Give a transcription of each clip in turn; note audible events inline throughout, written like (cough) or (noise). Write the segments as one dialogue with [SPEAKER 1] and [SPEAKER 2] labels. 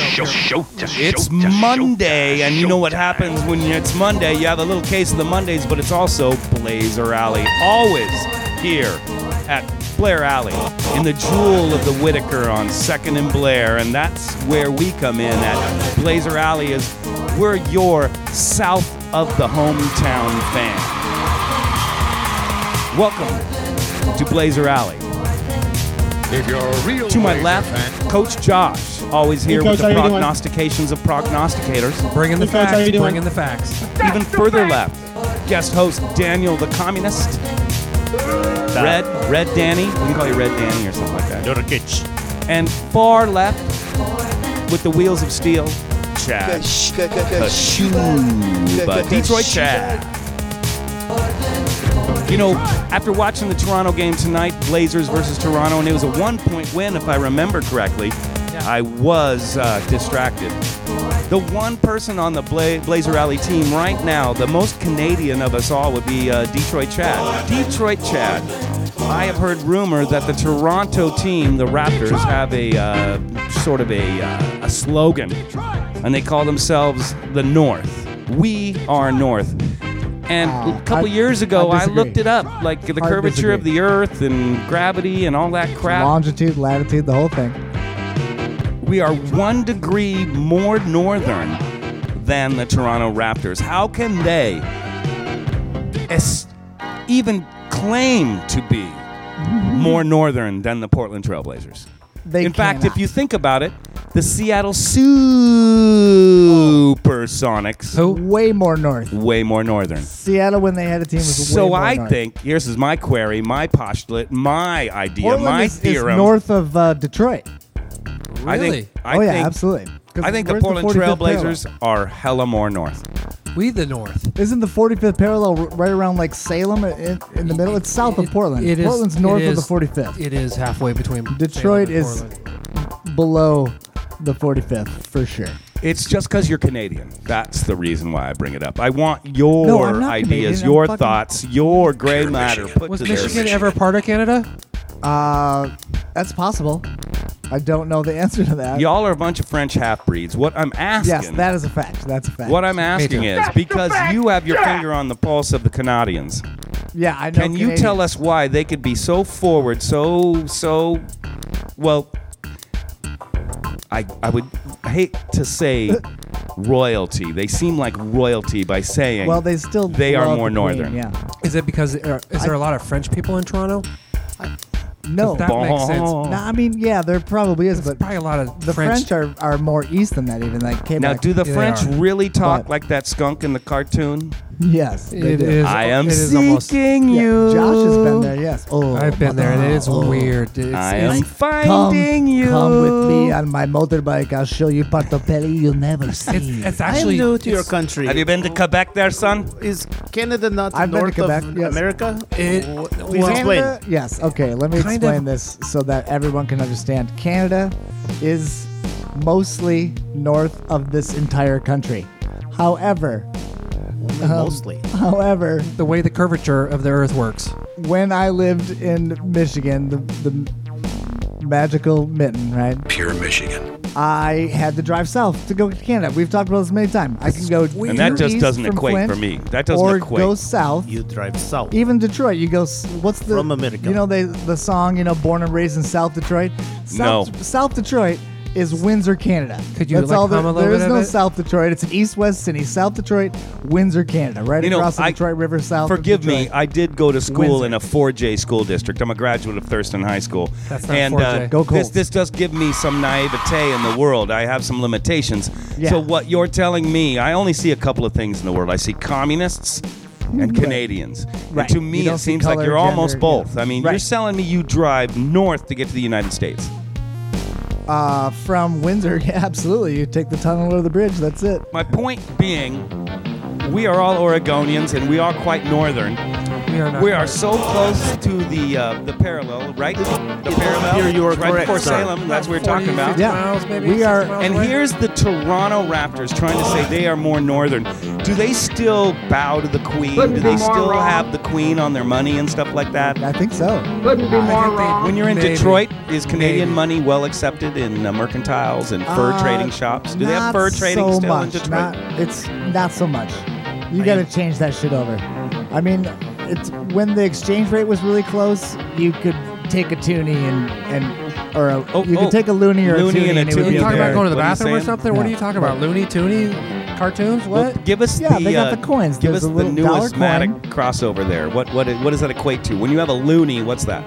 [SPEAKER 1] It's Monday, and you know what happens when it's Monday. You have a little case of the Mondays, but it's also Blazer Alley. Always here at Blair Alley in the jewel of the Whitaker on 2nd and Blair, and that's where we come in at Blazer Alley is we're your south of the hometown fan. Welcome to Blazer Alley.
[SPEAKER 2] If you're a real
[SPEAKER 1] To my
[SPEAKER 2] Blazer
[SPEAKER 1] left,
[SPEAKER 2] fan-
[SPEAKER 1] Coach Josh, always here
[SPEAKER 3] Hey,
[SPEAKER 1] with
[SPEAKER 3] Coach,
[SPEAKER 1] the
[SPEAKER 3] how you doing?
[SPEAKER 1] prognostications of prognosticators.
[SPEAKER 4] Bring in the
[SPEAKER 3] Hey, folks, how
[SPEAKER 4] facts.
[SPEAKER 3] you doing?
[SPEAKER 4] Bring in the facts.
[SPEAKER 1] Even further left, guest host Daniel the Communist. Red, Red Danny. We can call you Red Danny or something like that.
[SPEAKER 5] Nurkic.
[SPEAKER 1] And far left, with the wheels of steel, Chad Kashuba. Detroit Chad. You know, after watching the Toronto game tonight, Blazers versus Toronto, and it was a one point win, if I remember correctly, I was uh, distracted. The one person on the Bla- Blazer Alley team right now, the most Canadian of us all, would be uh, Detroit Chad. Detroit Chad. I have heard rumor that the Toronto team, the Raptors, have a uh, sort of a, uh, a slogan, and they call themselves the North. We are North. And a couple
[SPEAKER 3] I-
[SPEAKER 1] years ago, I,
[SPEAKER 3] I disagree.
[SPEAKER 1] looked it up, like the
[SPEAKER 3] I
[SPEAKER 1] curvature of
[SPEAKER 3] disagree.
[SPEAKER 1] the Earth and gravity and all that crap.
[SPEAKER 3] Longitude, latitude, the whole thing.
[SPEAKER 1] We are one degree more northern than the Toronto Raptors. How can they es- even claim to be more northern than the Portland Trailblazers?
[SPEAKER 3] They
[SPEAKER 1] In fact, if
[SPEAKER 3] cannot.
[SPEAKER 1] you think about it, the Seattle Supersonics
[SPEAKER 4] Who?
[SPEAKER 3] way more north.
[SPEAKER 1] way more northern.
[SPEAKER 3] Seattle, when they had a team, was way
[SPEAKER 1] So
[SPEAKER 3] more
[SPEAKER 1] I
[SPEAKER 3] north.
[SPEAKER 1] think here's is my query, my postulate, my idea,
[SPEAKER 3] Portland
[SPEAKER 1] my
[SPEAKER 3] is, is
[SPEAKER 1] theorem.
[SPEAKER 3] north of uh, Detroit.
[SPEAKER 1] I
[SPEAKER 4] Really?
[SPEAKER 1] think, I
[SPEAKER 3] oh yeah,
[SPEAKER 1] think,
[SPEAKER 3] absolutely. 'Cause
[SPEAKER 1] I think the
[SPEAKER 3] where's
[SPEAKER 1] Portland
[SPEAKER 3] 45th
[SPEAKER 1] Trailblazers are hella more north.
[SPEAKER 4] We the North.
[SPEAKER 3] parallel? Isn't the 45th parallel r- right around like Salem i- in, in the middle? It's south of Portland.
[SPEAKER 4] It is-
[SPEAKER 3] Portland's north
[SPEAKER 4] it
[SPEAKER 3] of the
[SPEAKER 4] is-
[SPEAKER 3] 45th.
[SPEAKER 4] It is halfway between
[SPEAKER 3] Detroit
[SPEAKER 4] Salem and
[SPEAKER 3] is-
[SPEAKER 4] Portland.
[SPEAKER 3] below the 45th for sure.
[SPEAKER 1] It's just because you're Canadian. That's the reason why I bring it up. I want your
[SPEAKER 3] No, I'm not
[SPEAKER 1] ideas,
[SPEAKER 3] Canadian. I'm
[SPEAKER 1] your
[SPEAKER 3] fucking-
[SPEAKER 1] thoughts, your gray matter put
[SPEAKER 4] Was
[SPEAKER 1] to their-
[SPEAKER 4] Michigan ever a part of Canada?
[SPEAKER 3] Uh, that's possible. I don't know the (laughs) answer to that.
[SPEAKER 1] Y'all are a bunch of French half breeds. What I'm asking.
[SPEAKER 3] yes, that is a fact. That's a fact.
[SPEAKER 1] what I'm asking
[SPEAKER 4] too.
[SPEAKER 1] is because you have your finger on the pulse of the Canadians.
[SPEAKER 3] yeah, I know.
[SPEAKER 1] Can you tell us why they could be so forward, so so well I I would hate to say royalty. They seem like royalty by saying
[SPEAKER 3] Well, they still
[SPEAKER 1] they are
[SPEAKER 3] love
[SPEAKER 1] more
[SPEAKER 3] the Queen,
[SPEAKER 1] northern.
[SPEAKER 3] Yeah.
[SPEAKER 4] Is it because or is there a lot of French people in Toronto?
[SPEAKER 3] No.
[SPEAKER 4] That makes sense.
[SPEAKER 1] Bon.
[SPEAKER 3] No, I mean, yeah, there probably is,
[SPEAKER 4] There's
[SPEAKER 3] but
[SPEAKER 4] probably a lot of
[SPEAKER 3] the French, are, are more east than that. Even like Quebec.
[SPEAKER 1] Now, do the
[SPEAKER 4] Yeah, they
[SPEAKER 1] French
[SPEAKER 4] are.
[SPEAKER 1] really talk
[SPEAKER 3] But-
[SPEAKER 1] like that skunk in the cartoon?
[SPEAKER 3] yes, they
[SPEAKER 4] It
[SPEAKER 3] do.
[SPEAKER 4] is.
[SPEAKER 1] I am
[SPEAKER 4] it is almost-
[SPEAKER 1] seeking
[SPEAKER 3] Yeah,
[SPEAKER 1] you.
[SPEAKER 3] Josh has been there. Yes. Oh,
[SPEAKER 4] I've been there, and it is
[SPEAKER 3] oh.
[SPEAKER 4] weird. It's,
[SPEAKER 1] I am
[SPEAKER 4] it's-
[SPEAKER 3] Come,
[SPEAKER 1] finding you.
[SPEAKER 3] come with me on my motorbike. I'll show you part of Paris you never seen.
[SPEAKER 4] It's, it's actually
[SPEAKER 5] I am new to your
[SPEAKER 4] it's-
[SPEAKER 5] country.
[SPEAKER 1] Have you been to Quebec there, son?
[SPEAKER 5] Is Canada not
[SPEAKER 3] I've been to
[SPEAKER 5] north
[SPEAKER 3] Quebec,
[SPEAKER 5] of
[SPEAKER 3] yes.
[SPEAKER 5] America?
[SPEAKER 4] It-
[SPEAKER 5] Please
[SPEAKER 4] well-
[SPEAKER 5] explain.
[SPEAKER 3] Canada- Yes. Okay. Let me
[SPEAKER 4] Kind
[SPEAKER 3] explain
[SPEAKER 4] of-
[SPEAKER 3] this so that everyone can understand. Canada is mostly north of this entire country. However, Um,
[SPEAKER 5] Mostly.
[SPEAKER 3] however,
[SPEAKER 4] The way the curvature of the Earth works.
[SPEAKER 3] when I lived in Michigan, the, the magical mitten, right?
[SPEAKER 6] Pure Michigan.
[SPEAKER 3] I had to drive south to go to Canada. We've talked about this many times. I can go
[SPEAKER 4] weird.
[SPEAKER 1] And that
[SPEAKER 3] due
[SPEAKER 1] just
[SPEAKER 3] east
[SPEAKER 1] doesn't
[SPEAKER 3] from
[SPEAKER 1] equate
[SPEAKER 3] Flint,
[SPEAKER 1] for me. That doesn't
[SPEAKER 3] or
[SPEAKER 1] equate.
[SPEAKER 3] go south.
[SPEAKER 5] You drive south.
[SPEAKER 3] even Detroit, you go. s- What's the
[SPEAKER 5] From America.
[SPEAKER 3] You know they the song. You know, born and raised in South Detroit. South,
[SPEAKER 1] No.
[SPEAKER 3] South Detroit is Windsor, Canada.
[SPEAKER 4] Could you,
[SPEAKER 3] That's
[SPEAKER 4] like,
[SPEAKER 3] all there-
[SPEAKER 4] hum a little
[SPEAKER 3] there
[SPEAKER 4] bit
[SPEAKER 3] is
[SPEAKER 4] of
[SPEAKER 3] no
[SPEAKER 4] it?
[SPEAKER 3] South Detroit. It's an east-west city. South Detroit, Windsor, Canada, right
[SPEAKER 1] You know,
[SPEAKER 3] across the
[SPEAKER 1] I-
[SPEAKER 3] Detroit River. South. of
[SPEAKER 1] Forgive me,
[SPEAKER 3] Detroit.
[SPEAKER 1] I did go to school
[SPEAKER 4] Windsor.
[SPEAKER 1] in a 4J school district. I'm a graduate of Thurston High School.
[SPEAKER 4] That's not
[SPEAKER 1] and uh,
[SPEAKER 4] 4J.
[SPEAKER 3] Go
[SPEAKER 1] this
[SPEAKER 3] Colts.
[SPEAKER 1] this does give me some naivete in the world. I have some limitations.
[SPEAKER 3] Yeah.
[SPEAKER 1] So what you're telling me, I only see a couple of things in the world. I see communists and Canadians.
[SPEAKER 3] Right.
[SPEAKER 1] And to
[SPEAKER 3] You
[SPEAKER 1] me it
[SPEAKER 3] don't see
[SPEAKER 1] seems like
[SPEAKER 3] color,
[SPEAKER 1] you're almost
[SPEAKER 3] gender,
[SPEAKER 1] both.
[SPEAKER 3] yeah.
[SPEAKER 1] I mean, you're
[SPEAKER 3] Right.
[SPEAKER 1] selling me you drive north to get to the United States.
[SPEAKER 3] uh, from Windsor. (laughs) Yeah, absolutely. You take the tunnel over the bridge. That's it.
[SPEAKER 1] My point being, we are all Oregonians and we are quite northern.
[SPEAKER 4] We We are not.
[SPEAKER 1] We are so close to the uh, the parallel, right? The parallel.
[SPEAKER 5] Here you are
[SPEAKER 1] right
[SPEAKER 5] correct,
[SPEAKER 1] before
[SPEAKER 5] sir.
[SPEAKER 1] Salem. That's what we're talking about.
[SPEAKER 3] Yeah.
[SPEAKER 4] miles, maybe,
[SPEAKER 3] We
[SPEAKER 4] 60
[SPEAKER 3] are-
[SPEAKER 4] miles
[SPEAKER 1] And
[SPEAKER 4] away.
[SPEAKER 1] here's the Toronto Raptors trying to say they are more northern. Do they still bow to the queen?
[SPEAKER 6] Couldn't be
[SPEAKER 1] Do they
[SPEAKER 6] more
[SPEAKER 1] still
[SPEAKER 6] wrong.
[SPEAKER 1] have the queen on their money and stuff like that?
[SPEAKER 3] I think so.
[SPEAKER 6] Couldn't be more wrong.
[SPEAKER 1] When you're in
[SPEAKER 4] Maybe.
[SPEAKER 1] Detroit, is Canadian
[SPEAKER 4] Maybe.
[SPEAKER 1] money well accepted in uh, mercantiles and fur
[SPEAKER 3] Uh,
[SPEAKER 1] trading shops? Do they have
[SPEAKER 3] not
[SPEAKER 1] fur trading
[SPEAKER 3] so
[SPEAKER 1] still
[SPEAKER 3] much.
[SPEAKER 1] in Detroit?
[SPEAKER 3] Not, it's not so much. You got to change that shit over. I mean, it's when the exchange rate was really close, you could take a toonie and and or a,
[SPEAKER 1] Oh,
[SPEAKER 3] you
[SPEAKER 1] oh.
[SPEAKER 3] could take a loony or
[SPEAKER 1] Loony
[SPEAKER 3] a toonie
[SPEAKER 1] and
[SPEAKER 3] and,
[SPEAKER 1] a
[SPEAKER 3] it would
[SPEAKER 4] Are
[SPEAKER 1] toonie
[SPEAKER 3] be
[SPEAKER 4] you talking
[SPEAKER 1] Yeah.
[SPEAKER 4] about
[SPEAKER 3] okay.
[SPEAKER 4] going to the
[SPEAKER 1] What are you
[SPEAKER 4] bathroon or
[SPEAKER 1] saying?
[SPEAKER 4] something? What are you talking about? Looney Tooney cartoons?
[SPEAKER 1] Well,
[SPEAKER 4] What?
[SPEAKER 1] give us
[SPEAKER 3] Yeah,
[SPEAKER 1] the
[SPEAKER 3] they got
[SPEAKER 1] uh,
[SPEAKER 3] the coins.
[SPEAKER 1] Give
[SPEAKER 3] There's
[SPEAKER 1] us
[SPEAKER 3] a
[SPEAKER 1] the
[SPEAKER 3] little dollar
[SPEAKER 1] newest Matic crossover there. What what what does that equate to? When you have a loony, what's that?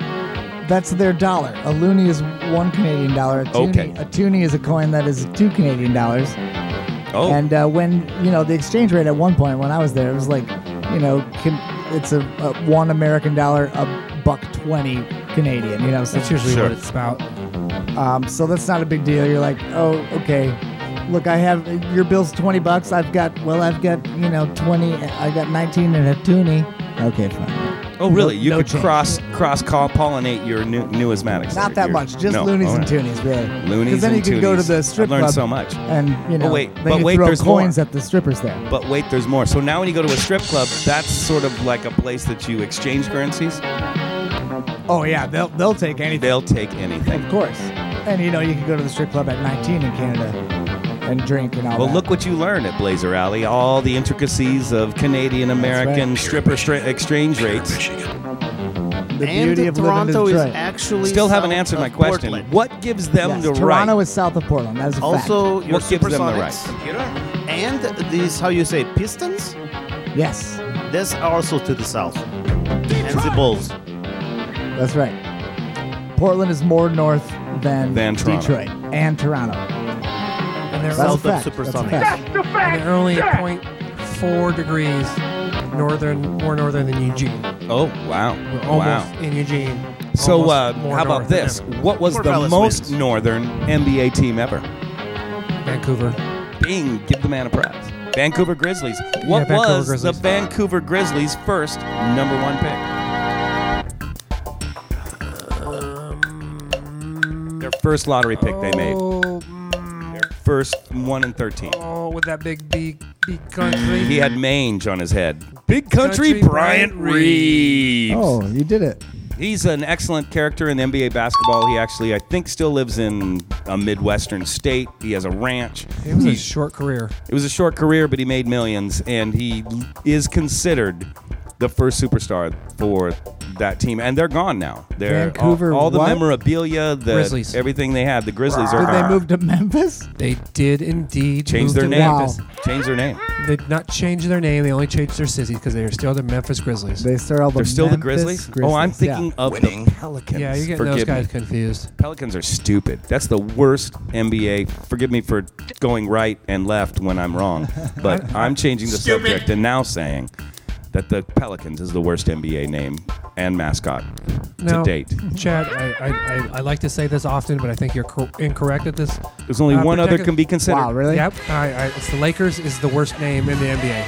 [SPEAKER 3] That's their dollar. A loony is one Canadian dollar. A toonie,
[SPEAKER 1] Okay.
[SPEAKER 3] a toonie is a coin that is two Canadian dollars.
[SPEAKER 1] Oh,
[SPEAKER 3] And uh, when you know the exchange rate at one point when I was there, it was like, you know, can, it's a, a one American dollar a buck twenty Canadian. You know, so,
[SPEAKER 4] That's usually
[SPEAKER 1] Sure.
[SPEAKER 4] what it's about.
[SPEAKER 3] um, so that's not a big deal. You're like, oh, okay. Look, I have your bill's twenty bucks. I've got well, I've got you know twenty. I got nineteen and a toonie. Okay, fine.
[SPEAKER 1] oh really?
[SPEAKER 3] no-
[SPEAKER 1] You
[SPEAKER 3] no
[SPEAKER 1] could
[SPEAKER 3] change.
[SPEAKER 1] cross cross call pollinate your new, numismatics. there.
[SPEAKER 3] Not that
[SPEAKER 1] Your-
[SPEAKER 3] much. Just
[SPEAKER 1] no,
[SPEAKER 3] loonies
[SPEAKER 1] all
[SPEAKER 3] and
[SPEAKER 1] right.
[SPEAKER 3] toonies, really. 'Cause
[SPEAKER 1] Loonies
[SPEAKER 3] then
[SPEAKER 1] and
[SPEAKER 3] you could go to
[SPEAKER 1] toonies.
[SPEAKER 3] the strip
[SPEAKER 1] I've learned
[SPEAKER 3] club
[SPEAKER 1] so much. Oh,
[SPEAKER 3] and you know,
[SPEAKER 1] wait,
[SPEAKER 3] they
[SPEAKER 1] but
[SPEAKER 3] could
[SPEAKER 1] wait,
[SPEAKER 3] throw
[SPEAKER 1] there's more.
[SPEAKER 3] coins at the strippers there.
[SPEAKER 1] But wait, there's more. So now when you go to a strip club, that's sort of like a place that you exchange currencies.
[SPEAKER 3] Oh yeah, they'll they'll take anything.
[SPEAKER 1] They'll take anything.
[SPEAKER 3] Of course. And you know, you can go to the strip club at 19 in Canada and drink and all
[SPEAKER 1] Well,
[SPEAKER 3] that.
[SPEAKER 1] look what you learn at Blazer Alley. All the intricacies of Canadian American
[SPEAKER 3] right.
[SPEAKER 1] stripper stra- exchange rates.
[SPEAKER 3] the
[SPEAKER 5] and
[SPEAKER 3] beauty of
[SPEAKER 5] Toronto
[SPEAKER 3] living in
[SPEAKER 5] is
[SPEAKER 3] Detroit.
[SPEAKER 5] actually
[SPEAKER 1] Still haven't
[SPEAKER 5] south
[SPEAKER 1] answered
[SPEAKER 5] of
[SPEAKER 1] my question.
[SPEAKER 5] Portland.
[SPEAKER 1] What gives them
[SPEAKER 3] Yes,
[SPEAKER 1] the
[SPEAKER 3] Toronto
[SPEAKER 1] right?
[SPEAKER 3] is south of Portland. That is a
[SPEAKER 5] Also, your
[SPEAKER 1] what gives them the right?
[SPEAKER 5] Supersonics and these how you say Pistons.
[SPEAKER 3] fact. Yes,
[SPEAKER 5] That's also to the south. And the Bulls.
[SPEAKER 3] that's right. Portland is more north than,
[SPEAKER 1] Than Toronto.
[SPEAKER 3] Detroit and Toronto.
[SPEAKER 4] And they're,
[SPEAKER 3] That's a
[SPEAKER 5] South of
[SPEAKER 3] fact. That's a
[SPEAKER 5] Supersonics.
[SPEAKER 6] That's
[SPEAKER 3] fact.
[SPEAKER 6] the fact.
[SPEAKER 4] they're only
[SPEAKER 6] Jack.
[SPEAKER 4] 0.4 degrees northern, more northern than Eugene.
[SPEAKER 1] Oh wow,
[SPEAKER 4] We're
[SPEAKER 1] wow.
[SPEAKER 4] almost in Eugene.
[SPEAKER 1] So,
[SPEAKER 4] Almost
[SPEAKER 1] uh,
[SPEAKER 4] more
[SPEAKER 1] how about
[SPEAKER 4] north than
[SPEAKER 1] this?
[SPEAKER 4] them.
[SPEAKER 1] What was the
[SPEAKER 5] Corvallis
[SPEAKER 1] most
[SPEAKER 5] wins.
[SPEAKER 1] northern NBA team ever?
[SPEAKER 4] Vancouver.
[SPEAKER 1] Bing, give the man a prize. Vancouver Grizzlies. What
[SPEAKER 4] Vancouver
[SPEAKER 1] was
[SPEAKER 4] Grizzlies.
[SPEAKER 1] the Vancouver Grizzlies' first number one pick? Their first lottery pick they made.
[SPEAKER 4] Oh, mm,
[SPEAKER 1] Their first one in thirteen.
[SPEAKER 4] oh, with that big, big, big country.
[SPEAKER 1] He had mange on his head. Big
[SPEAKER 4] Country
[SPEAKER 1] Country, Bryant
[SPEAKER 4] Bryant
[SPEAKER 1] Reeves.
[SPEAKER 3] Oh, you did it.
[SPEAKER 1] He's an excellent character in NBA basketball. He actually, I think, still lives in a Midwestern state. He has a ranch.
[SPEAKER 4] It was a
[SPEAKER 1] He-
[SPEAKER 4] short career.
[SPEAKER 1] it was a short career, but he made millions, and he is considered the first superstar for that team. And they're gone now. They're
[SPEAKER 3] Vancouver
[SPEAKER 1] all, all the
[SPEAKER 3] what?
[SPEAKER 1] memorabilia, the
[SPEAKER 4] Grizzlies.
[SPEAKER 1] everything they had. The Grizzlies are
[SPEAKER 3] Did they
[SPEAKER 1] gone.
[SPEAKER 3] move to Memphis?
[SPEAKER 4] They did indeed
[SPEAKER 1] Change
[SPEAKER 4] move
[SPEAKER 1] their
[SPEAKER 4] to
[SPEAKER 1] name.
[SPEAKER 4] Memphis.
[SPEAKER 3] Wow.
[SPEAKER 1] Change their name.
[SPEAKER 4] They did not change their name. They only changed their cities because they are still the Memphis Grizzlies.
[SPEAKER 3] They still the
[SPEAKER 1] They're still the
[SPEAKER 3] Memphis
[SPEAKER 1] Grizzlies? Oh, I'm
[SPEAKER 3] Grizzlies, yeah.
[SPEAKER 1] thinking of the Pelicans.
[SPEAKER 4] yeah, you're getting
[SPEAKER 1] Forgive
[SPEAKER 4] those
[SPEAKER 1] me.
[SPEAKER 4] guys confused.
[SPEAKER 1] Pelicans are stupid. That's the worst NBA. Forgive me for going right and left when I'm
[SPEAKER 3] (laughs)
[SPEAKER 1] wrong, but I'm changing the subject and now saying that the Pelicans is the worst NBA name and mascot to
[SPEAKER 4] Now,
[SPEAKER 1] date.
[SPEAKER 4] Chad, I, I, I, I like to say this often, but I think you're cor- incorrect at this.
[SPEAKER 1] There's only
[SPEAKER 4] Uh,
[SPEAKER 1] one other
[SPEAKER 4] protect-
[SPEAKER 1] can be considered.
[SPEAKER 3] Wow, really?
[SPEAKER 4] Yep. I, I, it's the Lakers is the worst name in the NBA.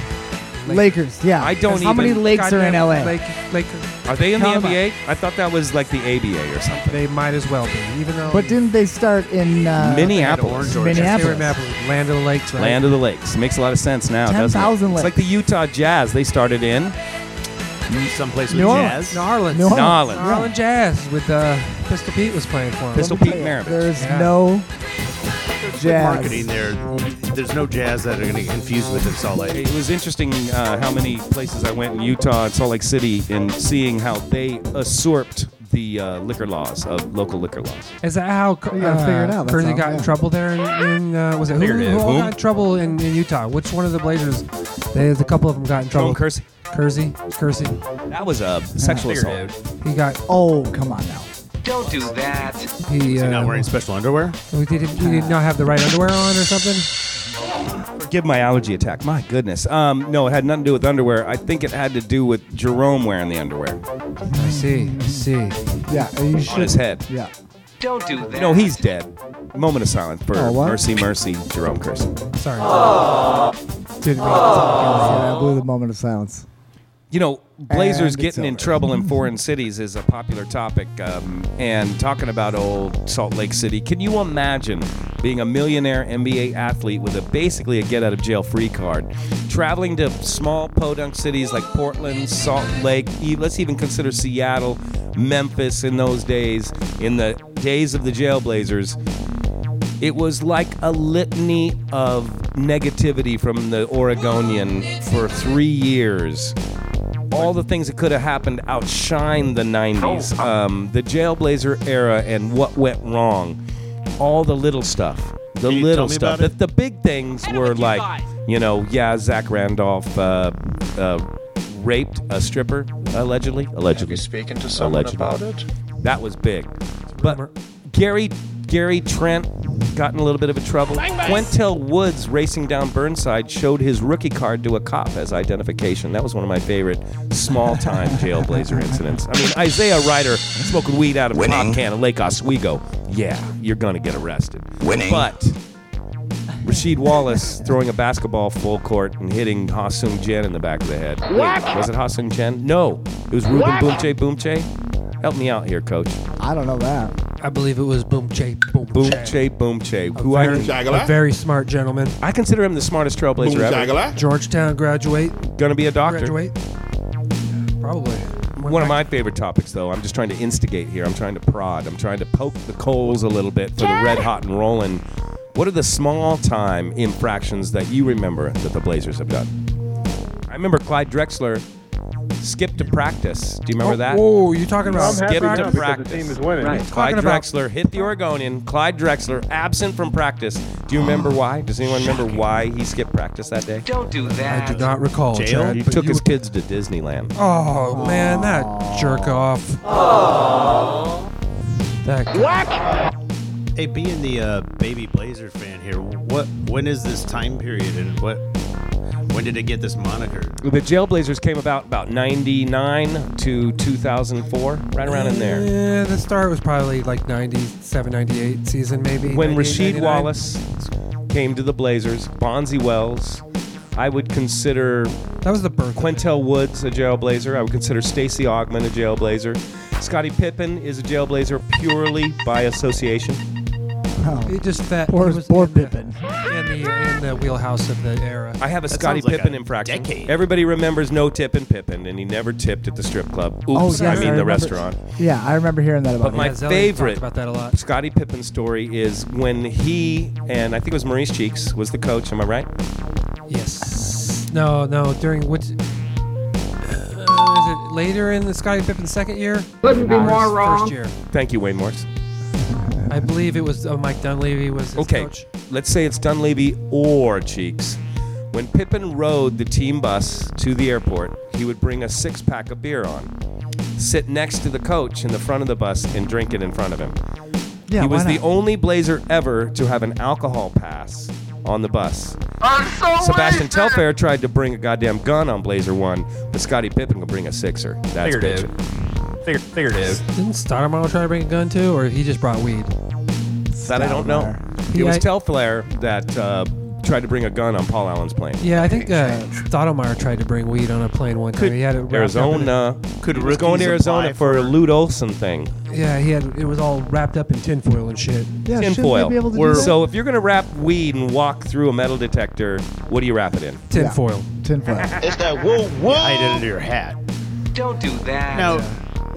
[SPEAKER 3] Lakers, yeah.
[SPEAKER 1] I don't
[SPEAKER 3] How many
[SPEAKER 1] even-
[SPEAKER 3] lakes are in LA?
[SPEAKER 4] Goddamn Lake, Lake,
[SPEAKER 1] Are they in the
[SPEAKER 4] Count 'em
[SPEAKER 1] NBA? I thought that was like the ABA or
[SPEAKER 3] Uh,
[SPEAKER 1] something.
[SPEAKER 4] They might as well be, even though.
[SPEAKER 3] But didn't they start in uh,
[SPEAKER 1] Minneapolis,
[SPEAKER 4] They were
[SPEAKER 3] Minneapolis?
[SPEAKER 4] in Minneapolis, Land of the Lakes, right?
[SPEAKER 1] land of the lakes, makes a lot of sense now, doesn't it?
[SPEAKER 3] 10,000
[SPEAKER 1] It's like the Utah Jazz. They started in
[SPEAKER 5] Mm, Someplace with
[SPEAKER 3] New Orleans.
[SPEAKER 5] jazz.
[SPEAKER 4] New Orleans.
[SPEAKER 3] New
[SPEAKER 1] New
[SPEAKER 3] Orleans.
[SPEAKER 1] Orleans.
[SPEAKER 4] New Orleans Jazz with uh, Pistol Pete was playing for him.
[SPEAKER 1] Pistol Pete Maravich.
[SPEAKER 3] There's
[SPEAKER 4] Yeah.
[SPEAKER 3] no jazz.
[SPEAKER 5] Marketing there. There's no jazz that are going to confuse with in Salt Lake.
[SPEAKER 1] It was interesting uh, how many places I went in Utah and Salt Lake City and seeing how they usurped the uh, liquor laws of local liquor laws.
[SPEAKER 4] Is that how Cur-
[SPEAKER 3] You gotta
[SPEAKER 4] uh,
[SPEAKER 3] figure it out, that's
[SPEAKER 4] Kersey
[SPEAKER 3] all,
[SPEAKER 4] got
[SPEAKER 3] yeah.
[SPEAKER 4] in trouble there? In, in, uh, was it who,
[SPEAKER 1] Figured it
[SPEAKER 4] who
[SPEAKER 1] out.
[SPEAKER 4] all
[SPEAKER 1] Who?
[SPEAKER 4] got in trouble in, in Utah? Which one of the Blazers? They, a couple of them got in trouble.
[SPEAKER 1] Joan Kersey.
[SPEAKER 4] Kersey. Kersey.
[SPEAKER 1] That was a sexual assault.
[SPEAKER 4] He got.
[SPEAKER 3] Oh, come on now.
[SPEAKER 7] Don't do that.
[SPEAKER 4] He, uh,
[SPEAKER 5] Not wearing special underwear.
[SPEAKER 4] he, did, he did not have the right underwear on or something.
[SPEAKER 1] Forgive my allergy attack. My goodness. Um, no, it had nothing to do with underwear. I think it had to do with Jerome wearing the underwear
[SPEAKER 4] I see. I see.
[SPEAKER 3] Yeah, you
[SPEAKER 1] on
[SPEAKER 3] should.
[SPEAKER 1] his head.
[SPEAKER 3] Yeah.
[SPEAKER 7] Don't do that.
[SPEAKER 1] No, he's dead. Moment of silence for
[SPEAKER 3] Oh, what?
[SPEAKER 1] Mercy Mercy Jerome Kersey.
[SPEAKER 4] Sorry.
[SPEAKER 3] Didn't mean to. Yeah, I blew the moment of silence.
[SPEAKER 1] You know, Blazers
[SPEAKER 3] And it's
[SPEAKER 1] getting in
[SPEAKER 3] over.
[SPEAKER 1] trouble
[SPEAKER 3] (laughs)
[SPEAKER 1] in foreign cities is a popular topic, um, and talking about old Salt Lake City. Can you imagine being a millionaire NBA athlete with a basically a get out of jail free card, traveling to small podunk cities like Portland, Salt Lake, e- let's even consider Seattle, Memphis in those days, in the days of the Jailblazers, it was like a litany of negativity from the Oregonian for three years. All the things that could have happened outshine the 90s.
[SPEAKER 5] Oh,
[SPEAKER 1] Um, the jailblazer era and what went wrong. All the little stuff. The
[SPEAKER 5] Can you
[SPEAKER 1] little
[SPEAKER 5] tell me
[SPEAKER 1] stuff.
[SPEAKER 5] about
[SPEAKER 1] The, the big things were like, you know, yeah, Zach Randolph uh, uh, raped a stripper, allegedly. Allegedly.
[SPEAKER 2] speaking to
[SPEAKER 1] Allegedly. That was big. But Gary Gary Trent got in a little bit of a trouble. Quintel Woods racing down Burnside showed his rookie card to a cop as identification. That was one of my favorite small time jailblazer incidents. I mean, Isaiah Ryder smoking weed out of a pop can in Lake Oswego. Yeah, you're going to get arrested. Winning. But Rasheed Wallace throwing a basketball full court and hitting Hasung Jen in the back of the head. Wait, was it Hasung Jen? No, it was Ruben Boomche Boomche. Help me out here, coach.
[SPEAKER 3] I don't know that.
[SPEAKER 4] I believe it was Boom Che Boom,
[SPEAKER 1] Boomche Boomche, who I,
[SPEAKER 4] very, a very smart gentleman.
[SPEAKER 1] I consider him the smartest trailblazer ever.
[SPEAKER 4] Georgetown graduate.
[SPEAKER 1] Going to be a doctor.
[SPEAKER 4] Graduate. Probably.
[SPEAKER 1] One of my favorite topics, though. I'm just trying to instigate here. I'm trying to prod. I'm trying to poke the coals a little bit for the red hot and rolling. What are the small time infractions that you remember that the Blazers have done? I remember Clyde Drexler skipped to practice. Do you remember that?
[SPEAKER 4] Oh, you talking about
[SPEAKER 1] Skip
[SPEAKER 6] Happy
[SPEAKER 1] to
[SPEAKER 6] now because
[SPEAKER 1] practice.
[SPEAKER 6] The team is winning.
[SPEAKER 1] Clyde
[SPEAKER 4] Talking about-
[SPEAKER 1] Drexler hit the Oregonian. Clyde Drexler absent from practice. Do you remember why? Does anyone remember why he skipped practice that day?
[SPEAKER 7] Don't do
[SPEAKER 4] I
[SPEAKER 7] that.
[SPEAKER 4] do not recall. Chad,
[SPEAKER 1] He
[SPEAKER 4] but
[SPEAKER 1] took
[SPEAKER 4] you-
[SPEAKER 1] his kids to Disneyland.
[SPEAKER 4] Oh man, that jerk off. That
[SPEAKER 5] Hey, being the uh, baby Blazer fan here, what when is this time period and what when did it get this moniker?
[SPEAKER 1] The Jailblazers came about about 99 to 2004, right around in there.
[SPEAKER 4] Yeah, the start was probably like 97, 98 season maybe.
[SPEAKER 1] When
[SPEAKER 4] 98,
[SPEAKER 1] Rasheed
[SPEAKER 4] 99.
[SPEAKER 1] Wallace came to the Blazers, Bonzi Wells, I would consider
[SPEAKER 4] That was the birth.
[SPEAKER 1] Quintel Woods a jailblazer. I would consider Stacy Ogman a jailblazer. Scottie Pippen is a jailblazer purely by association.
[SPEAKER 4] He just that
[SPEAKER 3] Poor,
[SPEAKER 4] he was
[SPEAKER 3] poor
[SPEAKER 4] in the-
[SPEAKER 3] Pippin.
[SPEAKER 4] in the in the wheelhouse of the era.
[SPEAKER 1] I have a Scottie
[SPEAKER 5] sounds like
[SPEAKER 1] Pippen
[SPEAKER 5] a
[SPEAKER 1] infraction.
[SPEAKER 5] decade.
[SPEAKER 1] Everybody remembers no tipping Pippen, and he never tipped at the strip club. Oops,
[SPEAKER 3] Oh, yes,
[SPEAKER 1] I
[SPEAKER 3] I
[SPEAKER 1] mean the
[SPEAKER 3] remember.
[SPEAKER 1] restaurant.
[SPEAKER 3] Yeah, I remember hearing that about
[SPEAKER 1] But my
[SPEAKER 4] Yeah, Zeller
[SPEAKER 1] favorite
[SPEAKER 4] talked about that a lot.
[SPEAKER 1] Scottie Pippen story is when he and I think it was Maurice Cheeks was the coach. Am I right?
[SPEAKER 4] Yes. No, no. During which uh, is it later in the Scottie Pippen second year? Couldn't be more wrong. First year,
[SPEAKER 1] Thank you, Wayne Morse.
[SPEAKER 4] I believe it was uh, Mike Dunleavy was his
[SPEAKER 1] Okay,
[SPEAKER 4] coach.
[SPEAKER 1] let's say it's Dunleavy or Cheeks. When Pippen rode the team bus to the airport, he would bring a six pack of beer on, sit next to the coach in the front of the bus, and drink it in front of him.
[SPEAKER 3] Yeah,
[SPEAKER 1] he was
[SPEAKER 3] why
[SPEAKER 1] the
[SPEAKER 3] not?
[SPEAKER 1] only Blazer ever to have an alcohol pass on the bus. Sebastian Telfair tried to bring a goddamn gun on Blazer One, but Scottie Pippen could bring a sixer. That's
[SPEAKER 8] Figurative.
[SPEAKER 1] bitchin'.
[SPEAKER 8] Figure, figurative.
[SPEAKER 4] Didn't Stoudemire try to bring a gun too, or he just brought weed?
[SPEAKER 1] That I don't know. It
[SPEAKER 4] Yeah,
[SPEAKER 1] was
[SPEAKER 4] I-
[SPEAKER 1] Telfair that uh, tried to bring a gun on Paul Allen's plane.
[SPEAKER 4] Yeah, I think uh, Stoudemire tried to bring weed on a plane one time. He had it wrapped up in a-
[SPEAKER 1] Arizona.
[SPEAKER 5] Could
[SPEAKER 1] he was going to
[SPEAKER 5] rookies
[SPEAKER 1] Arizona
[SPEAKER 5] apply
[SPEAKER 1] for a Lute Olson thing.
[SPEAKER 4] Yeah, he had it was all wrapped up in tinfoil and shit.
[SPEAKER 3] Yeah, shouldn't they
[SPEAKER 1] Tinfoil.
[SPEAKER 3] be able to do
[SPEAKER 1] We're-
[SPEAKER 3] that?
[SPEAKER 1] So if you're going to wrap weed and walk through a metal detector, what do you wrap it in?
[SPEAKER 4] Tinfoil.
[SPEAKER 3] Tinfoil.
[SPEAKER 5] It's that whoa whoa hide it under your hat.
[SPEAKER 7] Don't do that.
[SPEAKER 5] Now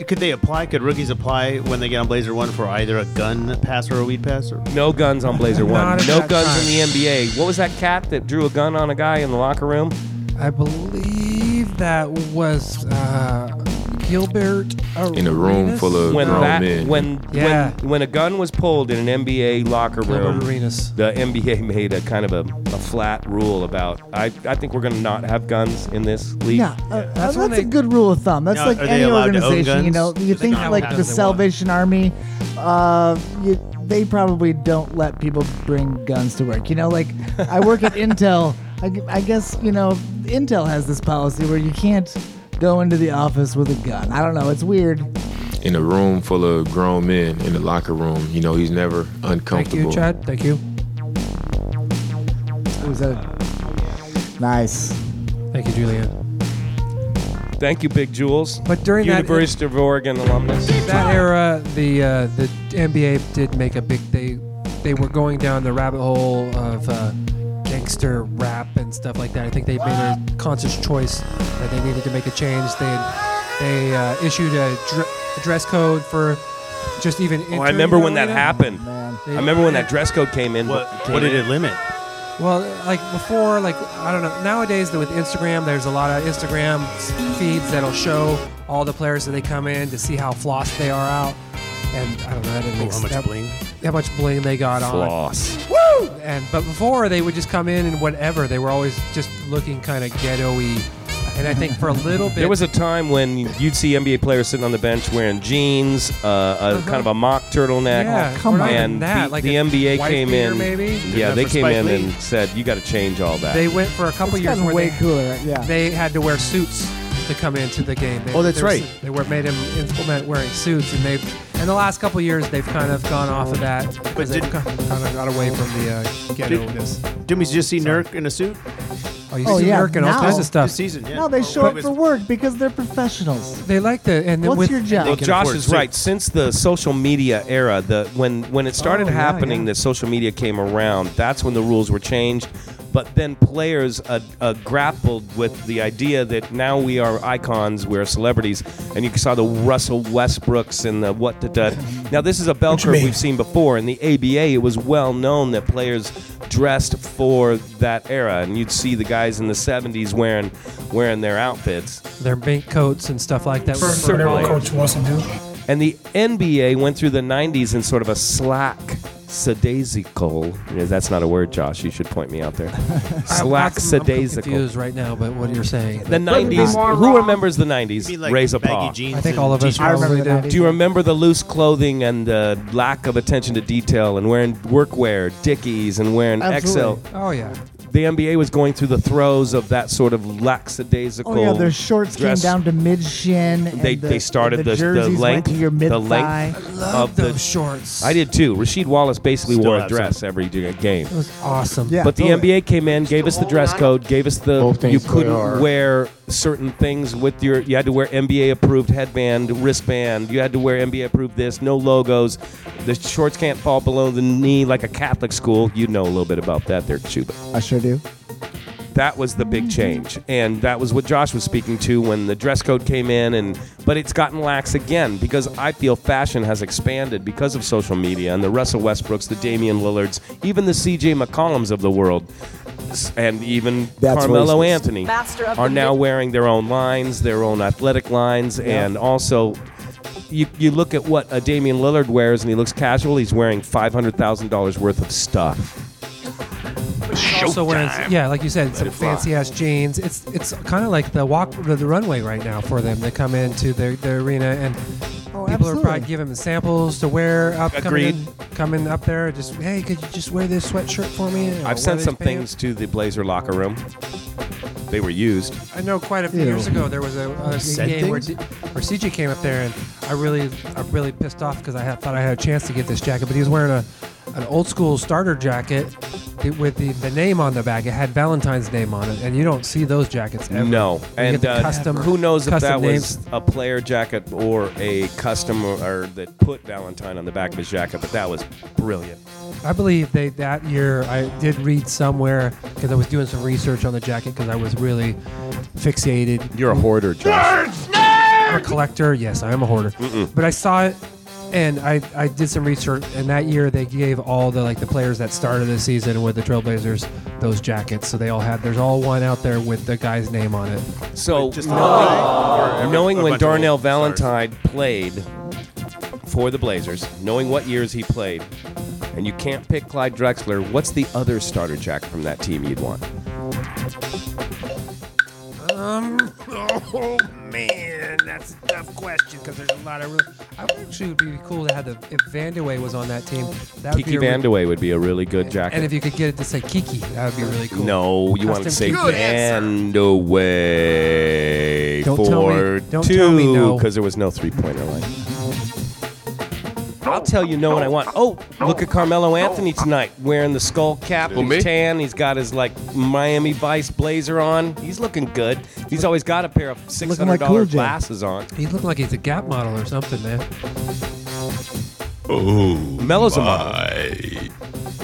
[SPEAKER 5] could they apply? Could rookies apply when they get on Blazer One for either a gun pass or a weed pass? Or
[SPEAKER 1] No guns on Blazer One.
[SPEAKER 4] Not at
[SPEAKER 1] No
[SPEAKER 4] that
[SPEAKER 1] guns
[SPEAKER 4] time.
[SPEAKER 1] in the NBA. What was that cat that drew a gun on a guy in the locker room?
[SPEAKER 4] I believe that was uh, Gilbert.
[SPEAKER 8] In a room
[SPEAKER 4] Arenas?
[SPEAKER 8] full of-
[SPEAKER 1] When
[SPEAKER 5] Oh,
[SPEAKER 8] Grown
[SPEAKER 1] that
[SPEAKER 8] men.
[SPEAKER 1] when
[SPEAKER 4] Yeah.
[SPEAKER 1] when when a gun was pulled in an NBA locker room,
[SPEAKER 4] Gilbert Arenas.
[SPEAKER 1] the NBA made a (laughs) kind of a, a flat rule about. I, I think we're going to not have guns in this league.
[SPEAKER 3] Yeah, uh, uh, that's,
[SPEAKER 4] when
[SPEAKER 3] a
[SPEAKER 4] they-
[SPEAKER 3] good rule of thumb. That's
[SPEAKER 5] Now,
[SPEAKER 3] like
[SPEAKER 5] are they
[SPEAKER 3] any
[SPEAKER 5] allowed to own
[SPEAKER 3] organization, you
[SPEAKER 5] guns?
[SPEAKER 3] know. You
[SPEAKER 5] Do they
[SPEAKER 3] think
[SPEAKER 5] not have
[SPEAKER 3] like
[SPEAKER 5] guns
[SPEAKER 3] the
[SPEAKER 5] they want?
[SPEAKER 3] Salvation Army, uh, you, they probably don't let people bring guns to work. You know, like I work at Intel. I, gu- I guess you know Intel has this policy where you can't go into the office with a gun. I don't know. It's weird.
[SPEAKER 8] In a room full of grown men in the locker room. You know, he's never
[SPEAKER 4] Thank you,
[SPEAKER 8] uncomfortable.
[SPEAKER 4] Chad. Thank you.
[SPEAKER 3] It was a nice.
[SPEAKER 4] Thank you, Julian.
[SPEAKER 1] Thank you, Big Jules.
[SPEAKER 4] But during that-
[SPEAKER 1] University of Oregon alumnus.
[SPEAKER 4] that era, the uh, the NBA did make a big. They they were going down the rabbit hole of uh, gangster rap and stuff like that. I think they made a conscious choice that they needed to make a change. They had, they uh, issued a, dr- a dress code for just even.
[SPEAKER 1] Oh,
[SPEAKER 4] entering
[SPEAKER 1] I remember
[SPEAKER 4] the
[SPEAKER 1] when that
[SPEAKER 4] arena.
[SPEAKER 1] happened.
[SPEAKER 3] man.
[SPEAKER 1] I remember when that dress code came in.
[SPEAKER 5] What,
[SPEAKER 1] came
[SPEAKER 5] what did
[SPEAKER 1] in.
[SPEAKER 5] it limit?
[SPEAKER 4] Well, like before, like I don't know. Nowadays, though, with Instagram, there's a lot of Instagram feeds that'll show all the players that they come in to see how flossed they are out, and I don't know. That didn't
[SPEAKER 5] Oh,
[SPEAKER 4] make
[SPEAKER 5] how much
[SPEAKER 4] that-
[SPEAKER 5] bling?
[SPEAKER 4] How much bling they got
[SPEAKER 1] Floss.
[SPEAKER 4] on? And but before they would just come in and whatever. They were always just looking kind of ghetto-y. and I think for a little bit
[SPEAKER 1] There was a time when you'd see NBA players sitting on the bench wearing jeans, uh, a kind of a mock turtleneck.
[SPEAKER 4] Uh-huh. yeah,
[SPEAKER 3] come
[SPEAKER 4] or not
[SPEAKER 3] on.
[SPEAKER 4] even
[SPEAKER 1] and
[SPEAKER 4] that,
[SPEAKER 1] the,
[SPEAKER 4] like
[SPEAKER 1] the
[SPEAKER 4] a
[SPEAKER 1] NBA
[SPEAKER 4] white
[SPEAKER 1] came
[SPEAKER 4] beater
[SPEAKER 1] in.
[SPEAKER 4] maybe.
[SPEAKER 1] Yeah,
[SPEAKER 5] that
[SPEAKER 1] they
[SPEAKER 5] for
[SPEAKER 1] came
[SPEAKER 5] Spike
[SPEAKER 1] in
[SPEAKER 5] Lee.
[SPEAKER 1] and said, "You got to change all that."
[SPEAKER 4] They went for a couple
[SPEAKER 3] It's
[SPEAKER 4] years
[SPEAKER 3] gotten
[SPEAKER 4] where
[SPEAKER 3] way
[SPEAKER 4] they,
[SPEAKER 3] cooler. Yeah.
[SPEAKER 4] they had to wear suits to come into the game. They,
[SPEAKER 5] Oh, that's
[SPEAKER 4] they were-
[SPEAKER 5] right.
[SPEAKER 4] They were made them implement wearing suits, and they've in the last couple years they've kind of gone off of that.
[SPEAKER 5] did-
[SPEAKER 4] But they've kind of got away from the uh, ghetto-ness.
[SPEAKER 5] Jimmy's just see Nurk in a suit
[SPEAKER 4] Oh, you
[SPEAKER 3] Oh,
[SPEAKER 4] see
[SPEAKER 3] yeah,
[SPEAKER 4] Nurk and all
[SPEAKER 3] now-
[SPEAKER 4] kinds of
[SPEAKER 5] this
[SPEAKER 4] stuff.
[SPEAKER 5] season. Yeah.
[SPEAKER 3] No, they show
[SPEAKER 5] But-
[SPEAKER 3] up for work because they're professionals.
[SPEAKER 4] They like the and then
[SPEAKER 3] What's
[SPEAKER 4] with
[SPEAKER 3] your job?
[SPEAKER 1] Well,
[SPEAKER 5] can
[SPEAKER 1] Josh
[SPEAKER 5] afford
[SPEAKER 1] is
[SPEAKER 5] suits.
[SPEAKER 1] right. Since the social media era, the when when it started
[SPEAKER 4] Oh, yeah,
[SPEAKER 1] happening
[SPEAKER 4] yeah.
[SPEAKER 1] that social media came around, that's when the rules were changed. But then players uh, uh, grappled with the idea that now we are icons, we're celebrities, and you saw the Russell Westbrooks and the what the dud. Now this is a bell curve we've seen before. In the ABA, it was well known that players dressed for that era, and you'd see the guys in the '70s wearing wearing their outfits.
[SPEAKER 4] their mink coats and stuff like that.
[SPEAKER 1] Certainly.
[SPEAKER 9] Coach wants to do.
[SPEAKER 1] And the NBA went through the 90s in sort of a slack, sadasical. yeah, That's not a word, Josh. You should point me out
[SPEAKER 3] (laughs)
[SPEAKER 1] there. slack,
[SPEAKER 4] I'm, I'm
[SPEAKER 1] sadasical.
[SPEAKER 4] confused right now, but what you're saying.
[SPEAKER 1] The 90s. Who remembers the 90s?
[SPEAKER 5] You mean like
[SPEAKER 1] Raise a
[SPEAKER 5] baggy
[SPEAKER 1] paw.
[SPEAKER 5] jeans
[SPEAKER 4] I think
[SPEAKER 5] and
[SPEAKER 4] all of us
[SPEAKER 5] t-shirts?
[SPEAKER 4] probably
[SPEAKER 3] remember
[SPEAKER 4] do.
[SPEAKER 3] that.
[SPEAKER 1] Do you remember the loose clothing and the lack of attention to detail and wearing workwear, Dickies, and wearing
[SPEAKER 3] Absolutely.
[SPEAKER 1] XL?
[SPEAKER 4] Oh yeah,
[SPEAKER 1] The NBA was going through the throes of that sort of lackadaisical.
[SPEAKER 3] Oh yeah, their shorts
[SPEAKER 1] dress-
[SPEAKER 3] came down to mid shin.
[SPEAKER 1] They, they started
[SPEAKER 3] the,
[SPEAKER 1] the, the
[SPEAKER 3] jerseys went
[SPEAKER 1] length,
[SPEAKER 3] to your mid
[SPEAKER 1] the length
[SPEAKER 4] love
[SPEAKER 1] of the
[SPEAKER 4] those shorts.
[SPEAKER 1] I did too. Rashid Wallace basically
[SPEAKER 5] Still
[SPEAKER 1] wore a
[SPEAKER 5] have
[SPEAKER 1] dress every g- uh, game.
[SPEAKER 4] It was awesome.
[SPEAKER 3] Yeah,
[SPEAKER 1] But the
[SPEAKER 3] totally.
[SPEAKER 1] NBA came in, gave us the dress code, gave us the
[SPEAKER 10] Both things
[SPEAKER 1] you
[SPEAKER 10] play
[SPEAKER 1] couldn't
[SPEAKER 10] hard.
[SPEAKER 1] wear certain things with your you had to wear NBA approved headband, wristband, you had to wear NBA approved this, no logos. The shorts can't fall below the knee like a Catholic school. You know a little bit about that there, Chuba.
[SPEAKER 3] I sure do.
[SPEAKER 1] That was the big change. And that was what Josh was speaking to when the dress code came in and but it's gotten lax again because I feel fashion has expanded because of social media and the Russell Westbrooks, the Damian Lillards, even the CJ McCollums of the world s- and even
[SPEAKER 9] That's
[SPEAKER 1] Carmelo
[SPEAKER 9] racist.
[SPEAKER 1] Anthony are now wearing their own lines, their own athletic lines and also you, you look at what a Damian Lillard wears and he looks casual, he's wearing $500,000 worth of stuff.
[SPEAKER 4] also wearing, yeah, like you said, some fancy ass jeans. It's it's kind of like the walk the, the runway right now for them. They come into their, their arena and people are
[SPEAKER 3] absolutely.
[SPEAKER 4] probably giving them samples to wear up coming, in,
[SPEAKER 1] Agreed.
[SPEAKER 4] coming up there. Just hey, could you just wear this sweatshirt for me? Or wear
[SPEAKER 1] I've sent
[SPEAKER 4] these
[SPEAKER 1] some things
[SPEAKER 4] pants?"
[SPEAKER 1] to the Blazer locker room. They were used.
[SPEAKER 4] I know quite a few years ago there was a, a
[SPEAKER 5] Said
[SPEAKER 4] game where,
[SPEAKER 5] things?
[SPEAKER 4] D- where CG came up there and I really I really pissed off because I had, thought I had a chance to get this jacket, but he was wearing a an old school starter jacket with the, the name on the back. It had Valentine's name on it, and you don't see those jackets ever.
[SPEAKER 1] No,
[SPEAKER 4] You get
[SPEAKER 1] and
[SPEAKER 4] the
[SPEAKER 1] uh,
[SPEAKER 4] custom.
[SPEAKER 1] who knows if
[SPEAKER 4] custom
[SPEAKER 1] that
[SPEAKER 4] names.
[SPEAKER 1] was a player jacket or a customer that put Valentine on the back of his jacket, but that was brilliant.
[SPEAKER 4] I believe they that year I did read somewhere because I was doing some research on the jacket because I was really fixated
[SPEAKER 1] You're a hoarder, Josh.
[SPEAKER 4] I'm a collector. Yes, I am a hoarder. But I saw it, and I, I did some research. And that year, they gave all the like the players that started the season with the Trailblazers those jackets. So they all had. There's all one out there with the guy's name on it.
[SPEAKER 1] So
[SPEAKER 5] Just
[SPEAKER 1] knowing- knowing
[SPEAKER 5] a
[SPEAKER 1] when
[SPEAKER 5] bunch of
[SPEAKER 1] Darnell
[SPEAKER 5] old stars.
[SPEAKER 1] Valentine played for the Blazers, knowing what years he played, and you can't pick Clyde Drexler, what's the other starter jacket from that team you'd want?
[SPEAKER 4] Oh man, that's a tough question because there's a lot of. Really, I would actually would be cool to have the if Vandaway was on that team. That would
[SPEAKER 1] Kiki
[SPEAKER 4] be a re-
[SPEAKER 1] Vandaway would be a really good jacket.
[SPEAKER 4] And if you could get it to say Kiki, that would be really cool.
[SPEAKER 1] No, you want to
[SPEAKER 4] Custom
[SPEAKER 1] say
[SPEAKER 4] Kiki.
[SPEAKER 1] and away
[SPEAKER 4] Don't tell me-
[SPEAKER 1] for
[SPEAKER 4] don't tell me
[SPEAKER 1] two
[SPEAKER 4] no.
[SPEAKER 1] because there was no three pointer line.
[SPEAKER 11] I'll
[SPEAKER 1] tell you no when I want. Oh, look at Carmelo Anthony tonight wearing the skull cap.
[SPEAKER 12] Who,
[SPEAKER 1] he's
[SPEAKER 12] me?
[SPEAKER 1] tan. He's got his like Miami Vice blazer on. He's looking good. He's always got a pair of six
[SPEAKER 3] Looking
[SPEAKER 1] hundred
[SPEAKER 3] like
[SPEAKER 1] dollar
[SPEAKER 3] Cool J.
[SPEAKER 1] glasses on.
[SPEAKER 4] He looked like he's a Gap model or something, man.
[SPEAKER 1] Melo's a model.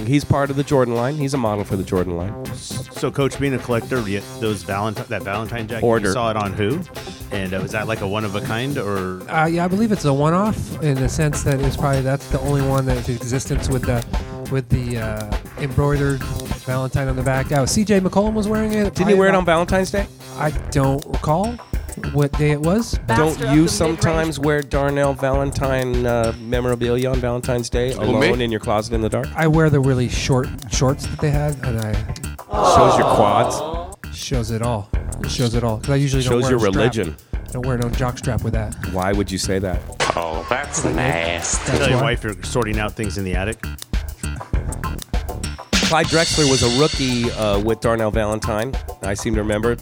[SPEAKER 1] He's part of the Jordan line. He's a model for the Jordan line.
[SPEAKER 5] So, Coach, being a collector, y- those Valentine that Valentine jacket,
[SPEAKER 1] Order.
[SPEAKER 5] you saw it on who? And uh, was that like a one of a kind, or
[SPEAKER 4] Uh, yeah, I believe it's a one-off in the sense that it's probably that's the only one that's in existence with the with the uh, embroidered Valentine on the back. Oh, C.J. McCollum was wearing it.
[SPEAKER 1] Didn't he wear it on Valentine's Day?
[SPEAKER 4] I don't recall what day it was.
[SPEAKER 1] Don't
[SPEAKER 13] Bastard of
[SPEAKER 1] you
[SPEAKER 13] the
[SPEAKER 1] sometimes wear Darnell Valentine uh, memorabilia on Valentine's Day
[SPEAKER 12] me?
[SPEAKER 1] alone in your closet in the dark?
[SPEAKER 4] I wear the really short shorts that they had, and I
[SPEAKER 1] Shows your quads.
[SPEAKER 4] shows it all. It shows it all. 'Cause I usually don't
[SPEAKER 1] Shows
[SPEAKER 4] wear
[SPEAKER 1] your
[SPEAKER 4] a strap.
[SPEAKER 1] religion.
[SPEAKER 4] Don't wear no jockstrap with that.
[SPEAKER 1] Why would you say that?
[SPEAKER 5] tell your
[SPEAKER 4] why.
[SPEAKER 5] wife you're sorting out things in the attic?
[SPEAKER 1] Clyde Drexler was a rookie uh, with Darnell Valentine. I seem to remember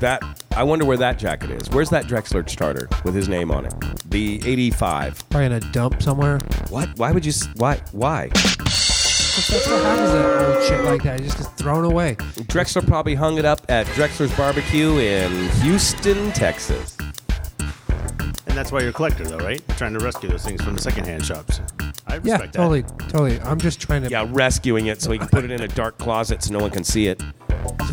[SPEAKER 1] that. I wonder where that jacket is. Where's that Drexler starter with his name on it? The 85.
[SPEAKER 4] Probably in a dump somewhere.
[SPEAKER 1] What? Why would you? s- Why? Why?
[SPEAKER 4] 'Cause That's what happens to old shit like that. It just gets thrown away.
[SPEAKER 1] Drexler probably hung it up at Drexler's Barbecue in Houston, Texas.
[SPEAKER 5] And that's why you're a collector, though, right? You're trying to rescue those things from the secondhand shops. I respect
[SPEAKER 4] Yeah,
[SPEAKER 5] that.
[SPEAKER 4] totally, totally. I'm just trying to.
[SPEAKER 1] Yeah, rescuing it so he can put it in a dark closet so no one can see it.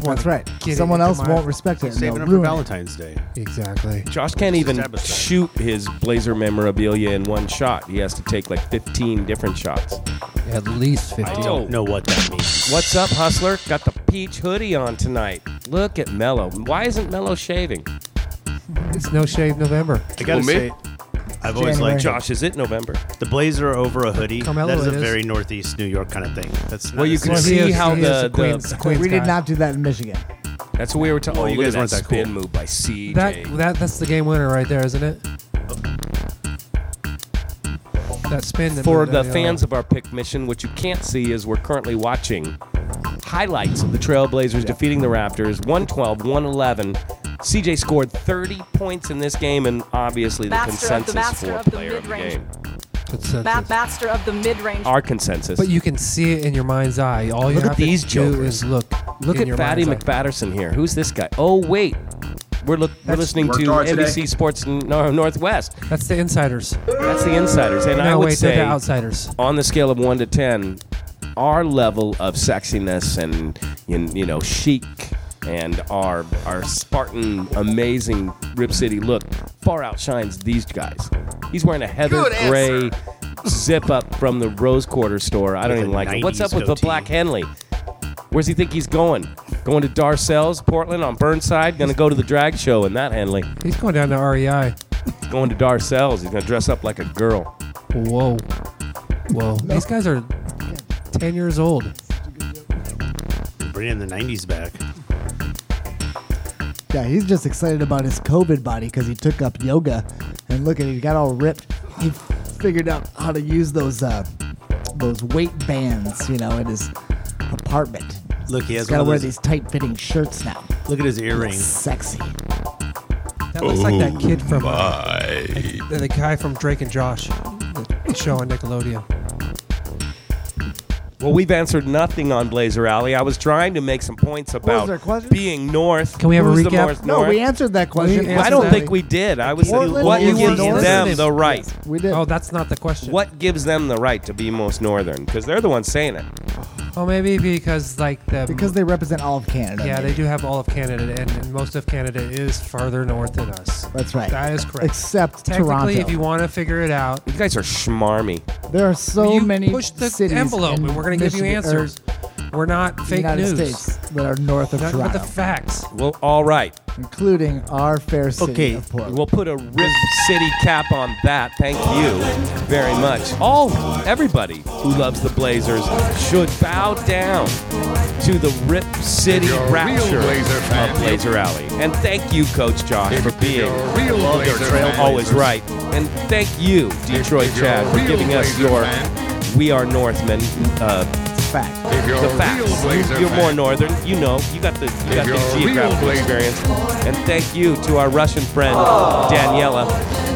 [SPEAKER 3] That's right.
[SPEAKER 4] Get it
[SPEAKER 3] Someone
[SPEAKER 4] into
[SPEAKER 3] else
[SPEAKER 4] my-
[SPEAKER 3] won't respect it. and
[SPEAKER 5] Saving
[SPEAKER 3] they'll
[SPEAKER 5] them for
[SPEAKER 3] ruin it.
[SPEAKER 5] Valentine's Day.
[SPEAKER 4] Exactly.
[SPEAKER 1] Josh can't even
[SPEAKER 5] Establish that.
[SPEAKER 1] shoot his blazer memorabilia in one shot. He has to take like 15 different shots.
[SPEAKER 4] At least 50.
[SPEAKER 1] Oh,
[SPEAKER 5] Know what that means?
[SPEAKER 1] What's up, hustler? Got the peach hoodie on tonight. Look at Mello. Why isn't Mello shaving?
[SPEAKER 4] It's no shave November.
[SPEAKER 5] I gotta
[SPEAKER 12] me?
[SPEAKER 5] say, I've always
[SPEAKER 3] January.
[SPEAKER 5] liked Josh.
[SPEAKER 1] Josh, is it November?
[SPEAKER 5] The blazer over a hoodie.
[SPEAKER 4] Carmelo
[SPEAKER 5] that is a
[SPEAKER 4] it is. very
[SPEAKER 5] very northeast New York kind of thing. That's
[SPEAKER 1] Well, you can
[SPEAKER 4] Well, he
[SPEAKER 1] see
[SPEAKER 4] is-
[SPEAKER 1] how
[SPEAKER 4] he is
[SPEAKER 1] the,
[SPEAKER 4] a Queens-
[SPEAKER 1] the
[SPEAKER 4] Queens
[SPEAKER 3] We did
[SPEAKER 4] guy.
[SPEAKER 3] not do that in Michigan.
[SPEAKER 1] that's what we were talking. Oh,
[SPEAKER 5] Well,
[SPEAKER 1] you
[SPEAKER 5] you
[SPEAKER 1] guys
[SPEAKER 5] guys
[SPEAKER 1] that
[SPEAKER 5] weren't that
[SPEAKER 1] spin
[SPEAKER 5] cool.
[SPEAKER 1] move by CJ.
[SPEAKER 4] That that that's the game winner right there, isn't it? That spin that uh,
[SPEAKER 1] For
[SPEAKER 4] moved
[SPEAKER 1] the
[SPEAKER 4] down
[SPEAKER 1] fans
[SPEAKER 4] aisle.
[SPEAKER 1] of our pick mission, what you can't see is we're currently watching highlights of the Trailblazers defeating the Raptors 112 111. CJ scored 30 points in this game, and obviously the
[SPEAKER 13] Master of the
[SPEAKER 1] consensus
[SPEAKER 13] master
[SPEAKER 1] for
[SPEAKER 13] of the
[SPEAKER 1] player of the
[SPEAKER 13] mid-range.
[SPEAKER 1] game.
[SPEAKER 4] Consensus.
[SPEAKER 13] Ba- master of the mid-range.
[SPEAKER 1] Our consensus.
[SPEAKER 4] But you can see it in your mind's eye. All you
[SPEAKER 1] Look at
[SPEAKER 4] have to
[SPEAKER 1] these
[SPEAKER 4] do
[SPEAKER 1] jokers.
[SPEAKER 4] is look.
[SPEAKER 1] Look
[SPEAKER 4] in
[SPEAKER 1] at
[SPEAKER 4] your
[SPEAKER 1] Fatty
[SPEAKER 4] mind's eye.
[SPEAKER 1] McFadderson here. Who's this guy? Oh wait, we're look, we're listening to NBC Sports N- Nor- Northwest.
[SPEAKER 4] That's the insiders.
[SPEAKER 1] That's the insiders, and I
[SPEAKER 4] no,
[SPEAKER 1] would
[SPEAKER 4] wait,
[SPEAKER 1] say
[SPEAKER 4] they're the outsiders.
[SPEAKER 1] on the scale of one to ten, our level of sexiness and you, you know chic and our our Spartan amazing Rip City look far outshines these guys. He's wearing a heather gray zip up from the Rose Quarter store. I don't
[SPEAKER 5] With
[SPEAKER 1] even
[SPEAKER 5] a
[SPEAKER 1] like it. What's up
[SPEAKER 5] 90s
[SPEAKER 1] with the
[SPEAKER 5] goatee.
[SPEAKER 1] Black Henley? Where's he think he's going? Going to Darcells, Portland on Burnside. Going to go to the drag show in that Henley.
[SPEAKER 4] He's going down to E REI.
[SPEAKER 1] Going to Darcells. He's going to dress up like a girl.
[SPEAKER 4] Whoa, whoa. These guys are ten years old.
[SPEAKER 5] bringing the '90s back.
[SPEAKER 3] Yeah, he's just excited about his COVID body because he took up yoga, and look at it, he got all ripped. He figured out how to use those uh, those weight bands, you know, in his apartment.
[SPEAKER 5] Look, he
[SPEAKER 3] He's
[SPEAKER 5] has
[SPEAKER 3] got to
[SPEAKER 5] one
[SPEAKER 3] wear
[SPEAKER 5] of those,
[SPEAKER 3] these tight fitting shirts now.
[SPEAKER 5] Look at his earrings.
[SPEAKER 3] Sexy.
[SPEAKER 4] That looks like that kid from uh, the, the guy from Drake and Josh, the show on Nickelodeon.
[SPEAKER 1] Well, we've answered nothing on Blazer Alley. I was trying to make some points about
[SPEAKER 3] there, questions?
[SPEAKER 1] being north.
[SPEAKER 4] Can we have a
[SPEAKER 1] Who's the
[SPEAKER 4] recap?
[SPEAKER 1] North,
[SPEAKER 3] No,
[SPEAKER 1] north?
[SPEAKER 3] we answered that question.
[SPEAKER 4] We answered
[SPEAKER 1] I don't
[SPEAKER 4] that.
[SPEAKER 1] think we did. I was
[SPEAKER 3] Portland
[SPEAKER 1] what
[SPEAKER 3] is
[SPEAKER 1] gives
[SPEAKER 3] north.
[SPEAKER 1] them the right?
[SPEAKER 3] We did.
[SPEAKER 4] Oh, that's not the question.
[SPEAKER 1] What gives them the right to be most northern? Because they're the ones saying it.
[SPEAKER 4] Oh, maybe because like the
[SPEAKER 3] because they represent all of Canada.
[SPEAKER 4] yeah they do have all of Canada and, and most of Canada is farther north than us.
[SPEAKER 3] That's right.
[SPEAKER 4] That is correct.
[SPEAKER 3] Except
[SPEAKER 4] Technically,
[SPEAKER 3] Toronto.
[SPEAKER 4] if you want to figure it out,
[SPEAKER 1] You guys are schmarmy.
[SPEAKER 3] there are so
[SPEAKER 4] you
[SPEAKER 3] many
[SPEAKER 4] push the
[SPEAKER 3] cities
[SPEAKER 4] envelope
[SPEAKER 3] in
[SPEAKER 4] and we're going to give you
[SPEAKER 3] Michigan- or
[SPEAKER 4] answers. We're not fake
[SPEAKER 3] United
[SPEAKER 4] news.
[SPEAKER 3] States that are north of
[SPEAKER 4] We're Nothing but
[SPEAKER 3] Toronto,
[SPEAKER 4] the facts.
[SPEAKER 1] Well, all right.
[SPEAKER 3] including our fair city
[SPEAKER 5] Okay,
[SPEAKER 3] of Portland.
[SPEAKER 1] We'll put a Rip City cap on that. Thank you very much. All everybody who loves the Blazers should bow down to the Rip City
[SPEAKER 2] If you're a real
[SPEAKER 1] rapture
[SPEAKER 2] Blazer fan,
[SPEAKER 1] of Blazer Alley. And thank you, Coach Josh,
[SPEAKER 2] If
[SPEAKER 1] for being
[SPEAKER 2] you're a real
[SPEAKER 1] above their
[SPEAKER 2] Blazer
[SPEAKER 1] trail
[SPEAKER 2] fan.
[SPEAKER 1] always right. And thank you, Detroit
[SPEAKER 2] you're
[SPEAKER 1] Chad,
[SPEAKER 2] a
[SPEAKER 1] for
[SPEAKER 2] real
[SPEAKER 1] giving us
[SPEAKER 2] Blazer
[SPEAKER 1] your
[SPEAKER 2] fan.
[SPEAKER 1] "We Are Northmen" uh,
[SPEAKER 3] fact.
[SPEAKER 2] If you're
[SPEAKER 1] the
[SPEAKER 2] a
[SPEAKER 1] facts.
[SPEAKER 2] real Blazer
[SPEAKER 1] you're more
[SPEAKER 2] fan,
[SPEAKER 1] northern. You know, you got the you
[SPEAKER 2] If
[SPEAKER 1] got
[SPEAKER 2] you're a
[SPEAKER 1] the
[SPEAKER 2] real
[SPEAKER 1] geographical
[SPEAKER 2] Blazer.
[SPEAKER 1] experience. And thank you
[SPEAKER 2] Oh.
[SPEAKER 1] to our Russian friend Daniela.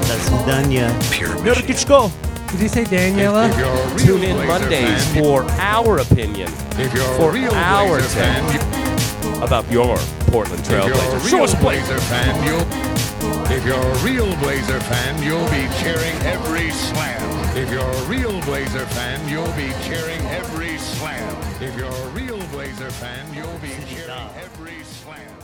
[SPEAKER 5] That's Danya. Pure Nurkic
[SPEAKER 4] Did he say Daniela?
[SPEAKER 2] you're a real
[SPEAKER 6] Tune in
[SPEAKER 2] Blazer
[SPEAKER 6] Mondays
[SPEAKER 2] fan,
[SPEAKER 6] for our Oh. opinion
[SPEAKER 2] if you're
[SPEAKER 6] for
[SPEAKER 2] a real
[SPEAKER 6] our
[SPEAKER 2] Blazer
[SPEAKER 6] take.
[SPEAKER 2] fan, you,
[SPEAKER 6] about your Portland
[SPEAKER 2] if you're a
[SPEAKER 6] Trailblazers. Show
[SPEAKER 2] real
[SPEAKER 6] us a place.
[SPEAKER 2] Blazer fan, you'll if you're a real Blazer fan, you'll be cheering every slam. If you're a real Blazer fan, you'll be cheering every slam. If you're a real Blazer fan, you'll be cheering every slam.